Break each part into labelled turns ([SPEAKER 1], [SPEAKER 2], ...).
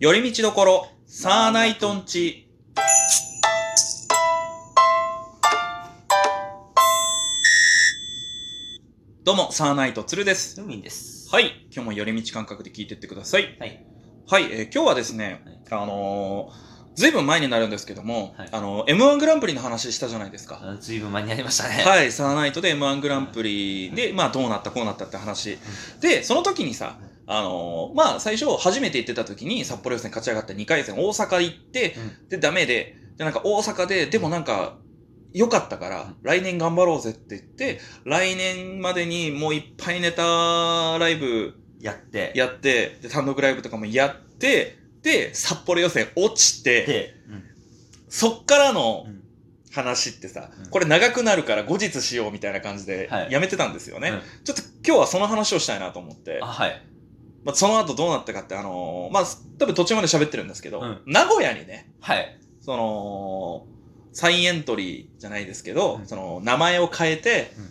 [SPEAKER 1] 寄り道どころ、サーナイトンチ。どうも、サーナイトつるです。
[SPEAKER 2] ルミンです。
[SPEAKER 1] はい、今日も寄り道感覚で聞いてってください。
[SPEAKER 2] はい。
[SPEAKER 1] はい、えー今日はですね、
[SPEAKER 2] はい
[SPEAKER 1] あのー、ずいぶん前になるんですけども、
[SPEAKER 2] はい
[SPEAKER 1] あのー、M1 グランプリの話したじゃないですか。
[SPEAKER 2] あずいぶん間に合いましたね。
[SPEAKER 1] はい、サーナイトで M1 グランプリで、まあどうなったこうなったって話。で、その時にさ、あのーまあ最初初めて行ってた時に札幌予選勝ち上がった2回戦大阪行って、で、ダメで、で、なんか大阪で、でもなんか、良かったから、来年頑張ろうぜって言って、来年までにもういっぱいネタライブ
[SPEAKER 2] やって。
[SPEAKER 1] やって、で、単独ライブとかもやって、で、札幌予選落ちて、
[SPEAKER 2] て。
[SPEAKER 1] そっから
[SPEAKER 2] う
[SPEAKER 1] の
[SPEAKER 2] ん。
[SPEAKER 1] 話ってさ
[SPEAKER 2] うん、
[SPEAKER 1] これ長くなるから後日しようみたいな感じで
[SPEAKER 2] はい
[SPEAKER 1] やめてたんですよね。
[SPEAKER 2] うん
[SPEAKER 1] ちょっと今日はその話をしたいなと思って
[SPEAKER 2] あ、、はい。
[SPEAKER 1] まあ、その後どうなったかって、あのーまあ、多分途中まで喋ってるんですけど、
[SPEAKER 2] うん
[SPEAKER 1] 名古屋にね、
[SPEAKER 2] はい。
[SPEAKER 1] その、再エントリーじゃないですけど、
[SPEAKER 2] うん
[SPEAKER 1] その、名前を変えて
[SPEAKER 2] うん、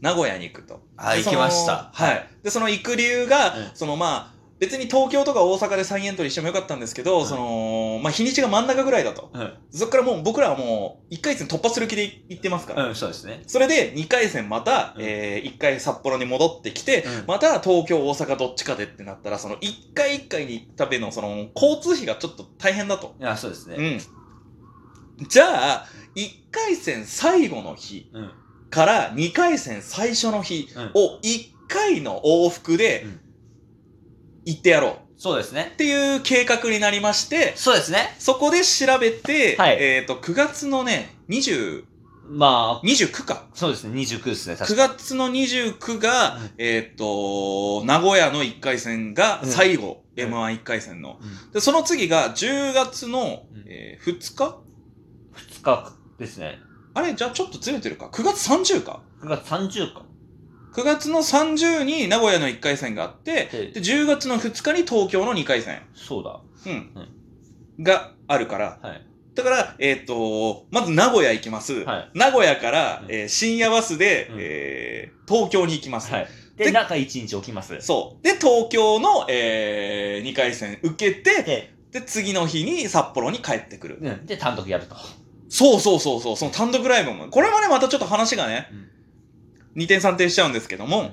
[SPEAKER 1] 名古屋に行くと。
[SPEAKER 2] あ、
[SPEAKER 1] で
[SPEAKER 2] 行
[SPEAKER 1] その
[SPEAKER 2] きました。
[SPEAKER 1] はい。で、その行く理由が、
[SPEAKER 2] うん
[SPEAKER 1] そのまあ、別に東京とか大阪で再エントリーしてもよかったんですけど、
[SPEAKER 2] うん
[SPEAKER 1] その、まあ、日にちが真ん中ぐらいだと。
[SPEAKER 2] うん。
[SPEAKER 1] そっからもう僕らはもう、1回戦突破する気で行ってますから。
[SPEAKER 2] うん、そうですね。
[SPEAKER 1] それで2回戦また、
[SPEAKER 2] うん
[SPEAKER 1] えー、1回札幌に戻ってきて、
[SPEAKER 2] うん
[SPEAKER 1] また東京、大阪どっちかでってなったら、その1回1回に行くためのその交通費がちょっと大変だと。
[SPEAKER 2] いや、そうです
[SPEAKER 1] う
[SPEAKER 2] ね。
[SPEAKER 1] ん。じゃあ、1回戦最後の日
[SPEAKER 2] うん。
[SPEAKER 1] から2回戦最初の日
[SPEAKER 2] うん
[SPEAKER 1] を1回の往復で
[SPEAKER 2] うん
[SPEAKER 1] 行ってやろう
[SPEAKER 2] そうですね
[SPEAKER 1] っ。ていう計画になりまして、
[SPEAKER 2] そうですね。
[SPEAKER 1] そこで調べて、
[SPEAKER 2] はい
[SPEAKER 1] えっ、と、9月のね、20、
[SPEAKER 2] まあ、
[SPEAKER 1] 29か。
[SPEAKER 2] そうですね。29ですね。
[SPEAKER 1] 9
[SPEAKER 2] 確か
[SPEAKER 1] 月の29が、
[SPEAKER 2] うん
[SPEAKER 1] えーっ、と、名古屋の1回戦が
[SPEAKER 2] うん
[SPEAKER 1] 最後、
[SPEAKER 2] うん
[SPEAKER 1] M11 回戦の。
[SPEAKER 2] うん
[SPEAKER 1] で、その次が10月の、
[SPEAKER 2] うん
[SPEAKER 1] えー2日
[SPEAKER 2] 2日ですね。
[SPEAKER 1] あれじゃあちょっとずれてるか。9月30か。
[SPEAKER 2] 9月30か。
[SPEAKER 1] 9月の30に名古屋の1回戦があって、
[SPEAKER 2] で
[SPEAKER 1] で、10月の2日に東京の2回戦。
[SPEAKER 2] そうだ。
[SPEAKER 1] うん。があるから。
[SPEAKER 2] はい。
[SPEAKER 1] だから、えーっ、と、まず名古屋行きます。
[SPEAKER 2] はい
[SPEAKER 1] 名古屋から、
[SPEAKER 2] うん
[SPEAKER 1] えー深夜バスで、
[SPEAKER 2] うん
[SPEAKER 1] えー東京に行きます。
[SPEAKER 2] はい。
[SPEAKER 1] で
[SPEAKER 2] で、中1日置きます。
[SPEAKER 1] そう。で、東京の、えー、2回戦受けて、
[SPEAKER 2] で、
[SPEAKER 1] で、次の日に札幌に帰ってくる。
[SPEAKER 2] うん。で、単独やると。
[SPEAKER 1] そうそうそうそう、その単独ライブも。これもね、またちょっと話がね、
[SPEAKER 2] うん
[SPEAKER 1] 二転三転しちゃうんですけども、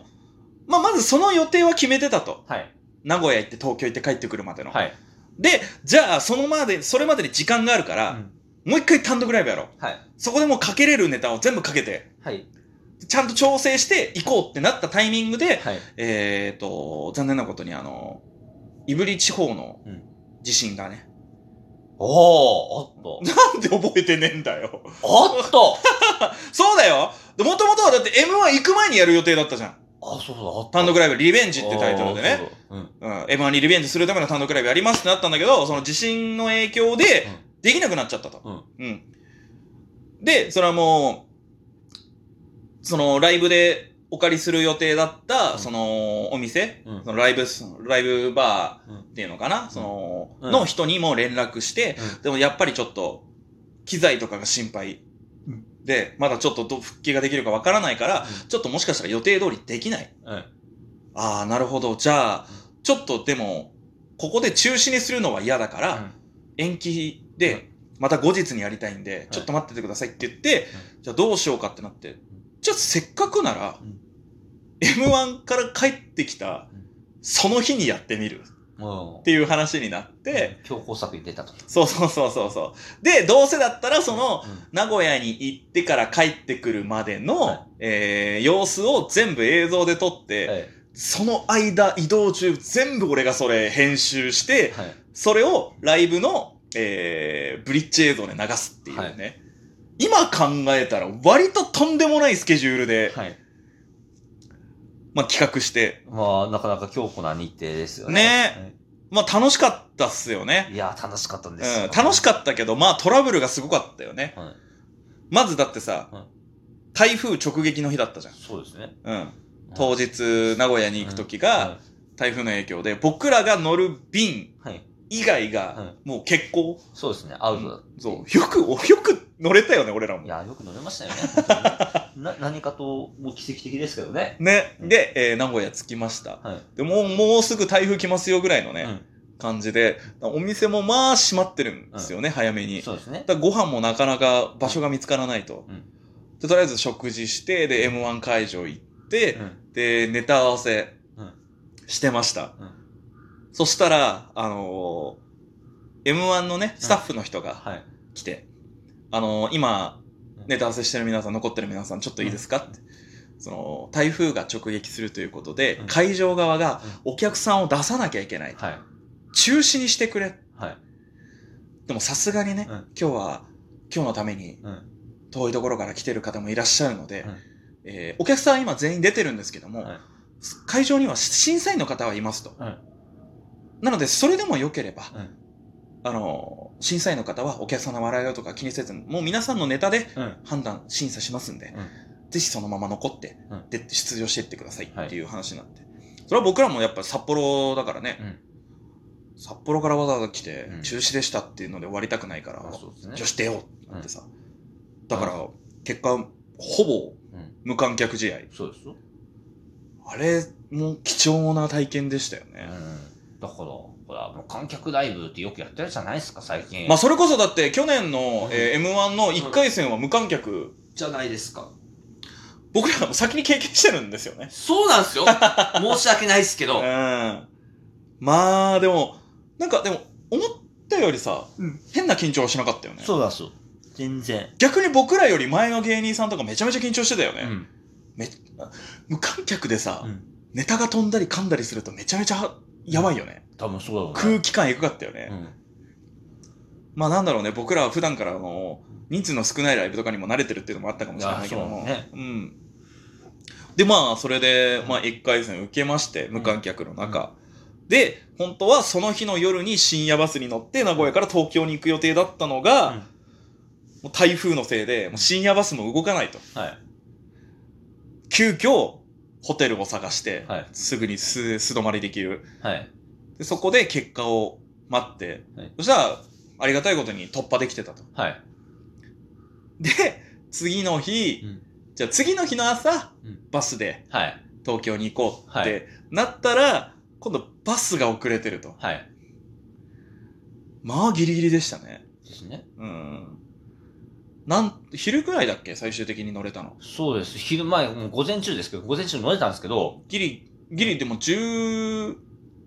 [SPEAKER 1] まあ、まずその予定は決めてたと。
[SPEAKER 2] はい。
[SPEAKER 1] 名古屋行って東京行って帰ってくるまでの。
[SPEAKER 2] はい。
[SPEAKER 1] で、じゃあ、そのまで、それまでに時間があるか
[SPEAKER 2] う
[SPEAKER 1] ら、
[SPEAKER 2] ん
[SPEAKER 1] もう一回単独ライブやろう。
[SPEAKER 2] はい。
[SPEAKER 1] そこでもうかけれるネタを全部かけて、
[SPEAKER 2] はい。
[SPEAKER 1] ちゃんと調整して行こうってなったタイミングで、
[SPEAKER 2] はい。
[SPEAKER 1] えー、と、残念なことにあの、胆振地方の
[SPEAKER 2] うん
[SPEAKER 1] 地震がね。
[SPEAKER 2] おー、おっと。
[SPEAKER 1] なんで覚えてねえんだよ。
[SPEAKER 2] おっと
[SPEAKER 1] そうだよもともとはだって M1 行く前にやる予定だったじゃん。
[SPEAKER 2] あ、そうだ、あった
[SPEAKER 1] 単独ライブ、リベン
[SPEAKER 2] ジ
[SPEAKER 1] ジってタイトルでね。。
[SPEAKER 2] そうだう
[SPEAKER 1] うん、
[SPEAKER 2] ん。
[SPEAKER 1] M1 にリベンジするための単独ライブやりますってなったんだけど、その地震の影響で
[SPEAKER 2] う
[SPEAKER 1] できなくなっちゃったと。
[SPEAKER 2] うん。
[SPEAKER 1] で、それはもう、そのライブでお借りする予定だった、
[SPEAKER 2] うん
[SPEAKER 1] そのお店、
[SPEAKER 2] うん
[SPEAKER 1] そのライブス、ライブバーっていうのかな、その、
[SPEAKER 2] うん
[SPEAKER 1] の人にも連絡して、でもやっぱりちょっと、機材とかが心配
[SPEAKER 2] うん。
[SPEAKER 1] で、まだちょっとど復帰ができるかわからないから、
[SPEAKER 2] う
[SPEAKER 1] ちょっともしかしたら予定通りできない。
[SPEAKER 2] うん。
[SPEAKER 1] ああ、なるほど。じゃあ、ちょっとでも、ここで中止にするのは嫌だから、延期
[SPEAKER 2] う
[SPEAKER 1] で、また後日にやりたいんで、
[SPEAKER 2] い
[SPEAKER 1] ちょっと待っててくださいって言って、じゃあどうしようかってなって、じゃあせっかくなら
[SPEAKER 2] うん、
[SPEAKER 1] M1 から帰ってきた
[SPEAKER 2] うん、
[SPEAKER 1] その日にやってみるっ
[SPEAKER 2] もう
[SPEAKER 1] ていう話になって、、
[SPEAKER 2] 強行策に出たと。
[SPEAKER 1] そうそうそうそうそう。で、どうせだったらその、
[SPEAKER 2] うん、
[SPEAKER 1] 名古屋に行ってから帰ってくるまでの、
[SPEAKER 2] はい
[SPEAKER 1] えー様子を全部映像で撮って、
[SPEAKER 2] はい。
[SPEAKER 1] その間移動中全部俺がそれ編集して、
[SPEAKER 2] はい。
[SPEAKER 1] それをライブの、えー、ブリッジ映像で流すっていうね。今考えたら割ととんでもないスケジュールで、
[SPEAKER 2] はい。
[SPEAKER 1] まあ、企画して、
[SPEAKER 2] まあ、なかなか強固な日程ですよね。
[SPEAKER 1] ねまあ、楽しかったっすよね。
[SPEAKER 2] いやー、楽しかったん
[SPEAKER 1] う
[SPEAKER 2] ですよ。
[SPEAKER 1] ん、楽しかったけど、まあトラブルがすごかったよね。
[SPEAKER 2] はい。
[SPEAKER 1] まずだってさ、
[SPEAKER 2] うん
[SPEAKER 1] 台風直撃の日だったじゃん。
[SPEAKER 2] そうですね。
[SPEAKER 1] うん。当日、名古屋に行く時が、
[SPEAKER 2] は
[SPEAKER 1] 台風の影響で、僕らが乗る便
[SPEAKER 2] い。はい。
[SPEAKER 1] 以外
[SPEAKER 2] は
[SPEAKER 1] が
[SPEAKER 2] い、
[SPEAKER 1] もう欠航。
[SPEAKER 2] そうですね。アウトだ。
[SPEAKER 1] そう。よく、およく乗れたよね、俺ら
[SPEAKER 2] い
[SPEAKER 1] も。
[SPEAKER 2] やー、よく乗れましたよね本 当にね。な、何かと、もう奇跡的ですけどね。
[SPEAKER 1] ね。
[SPEAKER 2] うん
[SPEAKER 1] で、えー名古屋着きました。
[SPEAKER 2] はい。
[SPEAKER 1] でもう、もうすぐ台風来ますよぐらいの
[SPEAKER 2] う
[SPEAKER 1] ね、
[SPEAKER 2] ん
[SPEAKER 1] 感じで、お店もまあ閉まってるんですよね、早めに。
[SPEAKER 2] そうですね。
[SPEAKER 1] だからご飯もなかなか場所が見つからないと。
[SPEAKER 2] うん
[SPEAKER 1] でとりあえず食事して、で、M1 会場行って、
[SPEAKER 2] うん
[SPEAKER 1] で、ネタ合わせ
[SPEAKER 2] うん
[SPEAKER 1] してました。
[SPEAKER 2] うん
[SPEAKER 1] そしたら、あのー M1 のね、スタッフの人が
[SPEAKER 2] はい。
[SPEAKER 1] 来て、あのー今、
[SPEAKER 2] うん
[SPEAKER 1] ネタ合わせしてる皆さん、残ってる皆さん、ちょっといいですかって。その、台風が直撃するということで、
[SPEAKER 2] うん
[SPEAKER 1] 会場側がお客さんを出さなきゃいけない。
[SPEAKER 2] はい。
[SPEAKER 1] 中止にしてくれ。
[SPEAKER 2] はい。
[SPEAKER 1] でもさすがにね、
[SPEAKER 2] うん
[SPEAKER 1] 今日は、今日のために
[SPEAKER 2] うん。
[SPEAKER 1] 遠いところから来てる方もいらっしゃるので、
[SPEAKER 2] うん
[SPEAKER 1] えーお客さんは今全員出てるんですけども、
[SPEAKER 2] はい
[SPEAKER 1] 会場には審査員の方はいますと。
[SPEAKER 2] うん
[SPEAKER 1] なので、それでも良ければ、
[SPEAKER 2] うん
[SPEAKER 1] あのー審査員の方はお客さんの笑いだとか気にせず、もう皆さんのネタで
[SPEAKER 2] うん。
[SPEAKER 1] 判断、審査しますんで、ぜひそのまま残って、
[SPEAKER 2] うん
[SPEAKER 1] で出場していってくださいっていう話になって、それは僕らもやっぱり札幌だからね、札幌からわざわざ来て
[SPEAKER 2] うん
[SPEAKER 1] 中止でしたっていうので終わりたくないから、
[SPEAKER 2] あそうですね
[SPEAKER 1] 女。子出ようってなってさ、だから結果ほぼ
[SPEAKER 2] うん
[SPEAKER 1] 無観客試合
[SPEAKER 2] そうですよ。
[SPEAKER 1] あれも貴重な体験でしたよ
[SPEAKER 2] う
[SPEAKER 1] ね、
[SPEAKER 2] ん。だから、ほら、もう観客ライブってよくやってるじゃないですか、最近。
[SPEAKER 1] まあそれこそだって去年の、
[SPEAKER 2] うん
[SPEAKER 1] え m 1の1回戦は無観客、
[SPEAKER 2] じゃないですか。
[SPEAKER 1] 僕らも先に経験してるんですよね
[SPEAKER 2] そうなん ですよ申し訳ないですけ
[SPEAKER 1] う
[SPEAKER 2] ど。
[SPEAKER 1] んまあでもなんかでも思ったよりさ、
[SPEAKER 2] うん
[SPEAKER 1] 変な緊張はしなかったよね
[SPEAKER 2] そうなんですよ。全然。
[SPEAKER 1] 逆に僕らより前の芸人さんとかめちゃめちゃ緊張してたよね、
[SPEAKER 2] ん。
[SPEAKER 1] 無観客でさ、
[SPEAKER 2] うん
[SPEAKER 1] ネタが飛んだり噛んだりするとめちゃめちゃやばいよね、
[SPEAKER 2] 多分そうだろうね。
[SPEAKER 1] 空気感エグかったよね、
[SPEAKER 2] うん。
[SPEAKER 1] まあなんだろうね僕らは普段からあの人数の少ないライブとかにも慣れてるっていうのもあったかもしれないけど
[SPEAKER 2] い
[SPEAKER 1] も
[SPEAKER 2] やそうね
[SPEAKER 1] うん、でまあそれで、
[SPEAKER 2] うん
[SPEAKER 1] まあ、1回戦受けまして無観客の中、で本当はその日の夜に深夜バスに乗って名古屋から東京に行く予定だったのが、
[SPEAKER 2] うん
[SPEAKER 1] もう台風のせいでもう深夜バスも動かないと
[SPEAKER 2] はい。
[SPEAKER 1] 急遽ホテルを探して、
[SPEAKER 2] はい。
[SPEAKER 1] すぐに素素泊まりできる
[SPEAKER 2] はい。
[SPEAKER 1] でそこで結果を待って、
[SPEAKER 2] はい
[SPEAKER 1] そしたらありがたいことに突破できてたと
[SPEAKER 2] はい。
[SPEAKER 1] で次の日、
[SPEAKER 2] うん
[SPEAKER 1] じゃあ次の日の朝、
[SPEAKER 2] うん
[SPEAKER 1] バスで
[SPEAKER 2] はい。
[SPEAKER 1] 東京に行こうっ
[SPEAKER 2] は
[SPEAKER 1] てなったら、今度バスが遅れてると
[SPEAKER 2] はい。
[SPEAKER 1] まあギリギリでしたね
[SPEAKER 2] ですね。
[SPEAKER 1] うんなん昼くらいだっけ最終的に乗れたの
[SPEAKER 2] そうです。昼前、もう午前中ですけど、午前中乗れたんですけど、
[SPEAKER 1] ギリギリでも11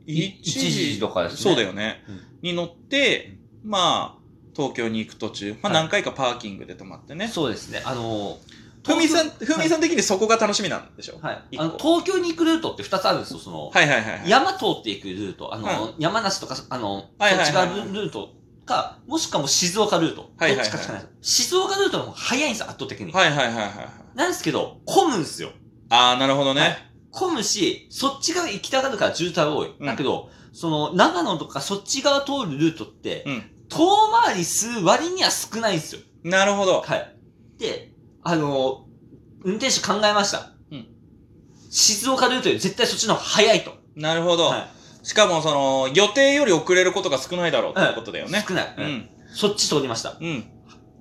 [SPEAKER 2] 1時とかですね。
[SPEAKER 1] そうだ。よね、
[SPEAKER 2] うん
[SPEAKER 1] に乗ってまあ東京に行く途中、まあ、
[SPEAKER 2] はい
[SPEAKER 1] 何回かパーキングで泊まってね、
[SPEAKER 2] そうですね。あの、
[SPEAKER 1] ふみさん、
[SPEAKER 2] 東
[SPEAKER 1] ふみさん的にそこが楽しみなんでしょ
[SPEAKER 2] 京はい。
[SPEAKER 1] 一個
[SPEAKER 2] あの、東京に行くルートって2つあるんですよ、その、
[SPEAKER 1] はいはいはいはい。
[SPEAKER 2] 山通っていくルート、あの、山梨とか、あの、
[SPEAKER 1] はいはいはい
[SPEAKER 2] そっち側ルルートか、もしくはもう静岡ルート。
[SPEAKER 1] はいはいはい
[SPEAKER 2] どっちかしかないです。静岡ルートの方が早いんですよ、圧倒的に。
[SPEAKER 1] はいはいはいはいはい。
[SPEAKER 2] なんですけど、混むんですよ。
[SPEAKER 1] ああ、なるほど
[SPEAKER 2] は
[SPEAKER 1] ね。
[SPEAKER 2] 混むし、そっち側行きたがるから渋滞多い。
[SPEAKER 1] うん
[SPEAKER 2] だけど、その、長野とかそっち側通るルートって、
[SPEAKER 1] うん
[SPEAKER 2] 遠回りする割には少ないんですよ。
[SPEAKER 1] なるほど。
[SPEAKER 2] はい。で、あの運転手考えました。
[SPEAKER 1] うん
[SPEAKER 2] 静岡ルートより絶対そっちの方が早いと。
[SPEAKER 1] なるほど。
[SPEAKER 2] は
[SPEAKER 1] しかも、その、予定より遅れることが少ないだろうっていうことだよね。
[SPEAKER 2] 少ない、
[SPEAKER 1] う
[SPEAKER 2] うん
[SPEAKER 1] ん。
[SPEAKER 2] そっち通りました。
[SPEAKER 1] うん。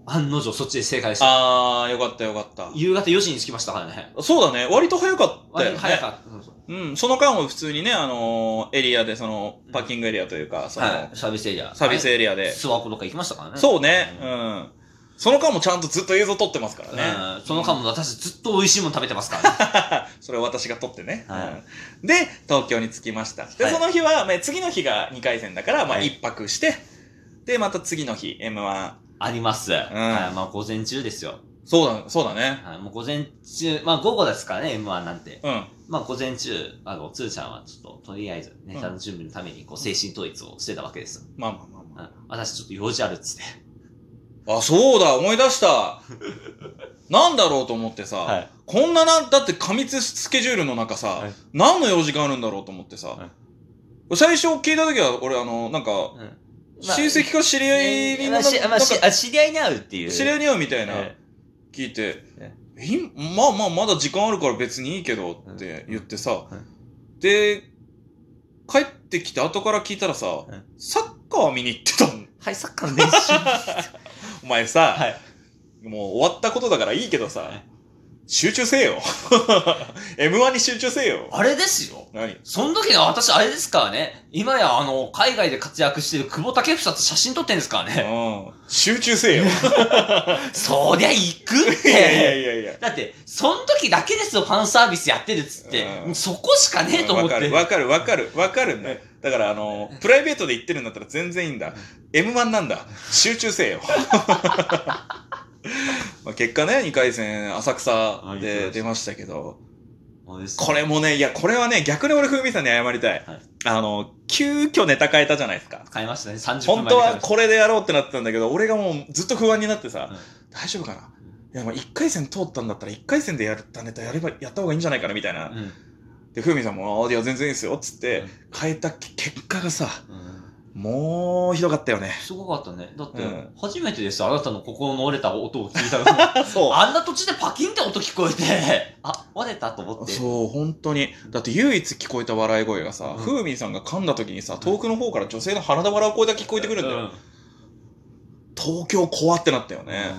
[SPEAKER 2] 案の定そっちで正解でした。
[SPEAKER 1] ああ、よかったよかった。
[SPEAKER 2] 夕方4時に着きましたからね。
[SPEAKER 1] そうだね。割と早かったよ
[SPEAKER 2] 割と
[SPEAKER 1] ね。
[SPEAKER 2] 早かった。そうそう
[SPEAKER 1] うん。その間は普通にね、あのーエリアで、その、パッキングエリアというか、その、
[SPEAKER 2] はい。サービスエリア。
[SPEAKER 1] サービス
[SPEAKER 2] エ
[SPEAKER 1] エリア
[SPEAKER 2] リ
[SPEAKER 1] で。
[SPEAKER 2] 諏訪湖とか行きましたからね。
[SPEAKER 1] そうね。
[SPEAKER 2] う
[SPEAKER 1] うん。その間もちゃんとずっと映像撮ってますからね。
[SPEAKER 2] うんその間も私ずっと美味しいもの食べてますからね。
[SPEAKER 1] それを私が取ってね、
[SPEAKER 2] は
[SPEAKER 1] うんで東京に着きましたで、
[SPEAKER 2] はい
[SPEAKER 1] その日は、まあ、次の日が2回戦だから、まあ、
[SPEAKER 2] はい
[SPEAKER 1] 1泊してでまた次の日 m 1
[SPEAKER 2] あります。はい。まあ午前中ですよ。
[SPEAKER 1] そうだそうだね
[SPEAKER 2] はい。もう午前中、まあ午後ですからね、M1 なんて。
[SPEAKER 1] うん
[SPEAKER 2] まあ午前中、あの、つーちゃんはちょっと、とりあえず、ネタの準備のために、こう、精神統一をしてたわけですよ。
[SPEAKER 1] まあまあまあ
[SPEAKER 2] うん、私ちょっと用事あるっつって。
[SPEAKER 1] まああそうだ思い出した なんだろうと思ってさ、
[SPEAKER 2] はい
[SPEAKER 1] こんななんだって過密スケジュールの中さ、
[SPEAKER 2] はい
[SPEAKER 1] 何の用事があるんだろうと思ってさ、
[SPEAKER 2] は
[SPEAKER 1] 最初聞いた時は俺あのなんか
[SPEAKER 2] うん。
[SPEAKER 1] 親戚か知り合いにな
[SPEAKER 2] まあ
[SPEAKER 1] んか
[SPEAKER 2] しまあしあ知り合いに会うっていう。
[SPEAKER 1] 知り合いに会うみたいな、
[SPEAKER 2] え
[SPEAKER 1] 聞いて
[SPEAKER 2] ね
[SPEAKER 1] 「えいまあまあまだ時間あるから別にいいけど」って言ってさ、
[SPEAKER 2] う
[SPEAKER 1] で帰ってきて後から聞いたらさ、
[SPEAKER 2] うん
[SPEAKER 1] サッカー見に行ってたの
[SPEAKER 2] えはい、サッカーの練習。
[SPEAKER 1] お前さ、
[SPEAKER 2] はい
[SPEAKER 1] もう終わったことだからいいけどさ、
[SPEAKER 2] はい
[SPEAKER 1] 集中せえ よ。M1 に集中せえよ。
[SPEAKER 2] あれですよ。
[SPEAKER 1] 何
[SPEAKER 2] その時の私、あれですからね。今や、あの、海外で活躍してる久保建英と写真撮ってんですからね。
[SPEAKER 1] うん。集中 せえよ。
[SPEAKER 2] そりゃ行くっ
[SPEAKER 1] いやいやい
[SPEAKER 2] て。
[SPEAKER 1] やいや。
[SPEAKER 2] だって、その時だけですよ、ファンサービスやってるっつって。
[SPEAKER 1] うん
[SPEAKER 2] そこしかねえと 思
[SPEAKER 1] わ
[SPEAKER 2] っ
[SPEAKER 1] か
[SPEAKER 2] て
[SPEAKER 1] る。わかるわかるわかるんだよだからあのプライベートで言ってるんだったら全然いいんだ M1 なんだ集中せえ よまあ結果ね2回戦浅草で出ましたけど
[SPEAKER 2] あれです
[SPEAKER 1] これもねいやこれはね逆に俺風味さんに謝りたい、
[SPEAKER 2] はい
[SPEAKER 1] あの急遽ネタ変えたじゃないですか
[SPEAKER 2] 買いましたね、30分
[SPEAKER 1] 本
[SPEAKER 2] 前に
[SPEAKER 1] 当
[SPEAKER 2] 買い
[SPEAKER 1] は
[SPEAKER 2] ました
[SPEAKER 1] これでやろうってなってたんだけど俺がもうずっと不安になってさ、
[SPEAKER 2] うん
[SPEAKER 1] 大丈夫かないやまあ1回戦通ったんだったら1回戦でやったネタやればやった方がいいんじゃないかなみたいな、
[SPEAKER 2] うん
[SPEAKER 1] でふみさんも「ああいや全然いいですよ」っつって
[SPEAKER 2] うん
[SPEAKER 1] 変えた結果がさ
[SPEAKER 2] うん
[SPEAKER 1] もうひどかったよね
[SPEAKER 2] すごかったね。だって
[SPEAKER 1] うん、
[SPEAKER 2] 初めてですよ、あなたの心の折れた音を聞いた の。
[SPEAKER 1] そ
[SPEAKER 2] あんな土地でパキンって音聞こえて、あ、折れたと思って。
[SPEAKER 1] そう本当にだって唯一聞こえた笑い声がさ
[SPEAKER 2] うん
[SPEAKER 1] ふみさんが噛んだ時にさ遠くの方から女性の鼻で笑う声が聞こえてくるんだよ、
[SPEAKER 2] うん
[SPEAKER 1] 東京怖ってなったよね
[SPEAKER 2] う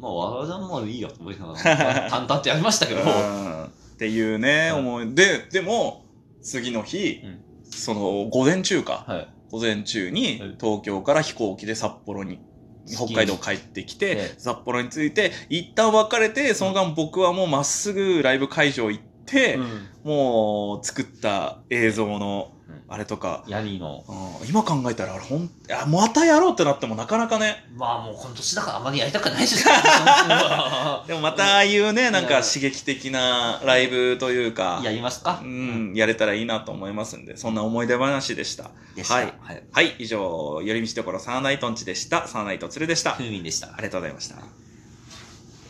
[SPEAKER 2] んまあ、わらもいいやと思いながら、淡々とやりましたけ
[SPEAKER 1] う
[SPEAKER 2] ど。
[SPEAKER 1] んっていうね、
[SPEAKER 2] うん
[SPEAKER 1] 思いででも次の日、
[SPEAKER 2] うん
[SPEAKER 1] その午前中か
[SPEAKER 2] はい。
[SPEAKER 1] 午前中
[SPEAKER 2] は
[SPEAKER 1] に
[SPEAKER 2] い
[SPEAKER 1] 東京から飛行機で札幌に
[SPEAKER 2] 月
[SPEAKER 1] 北海道帰ってきて、
[SPEAKER 2] ええ
[SPEAKER 1] 札幌に着いて一旦別れてその間僕はもうまっすぐライブ会場行って、
[SPEAKER 2] うん
[SPEAKER 1] もう作った映像の
[SPEAKER 2] うん
[SPEAKER 1] あれとか、
[SPEAKER 2] ヤニーの。
[SPEAKER 1] うん今考えたらあれほんあまたやろうってなってもなかなかね
[SPEAKER 2] まあもうこの年だからあまりやりたくないですよ。
[SPEAKER 1] でもまたああいうね
[SPEAKER 2] ん
[SPEAKER 1] なんか刺激的なライブというか
[SPEAKER 2] や、りますか
[SPEAKER 1] うん、やれたらいいなと思いますんでそんな思い出話でした
[SPEAKER 2] でした。
[SPEAKER 1] はい
[SPEAKER 2] はい。
[SPEAKER 1] はい以上寄り道どころサーナイトンチでしたサーナイトツルでした
[SPEAKER 2] ふうみんでした。
[SPEAKER 1] ありがとうございました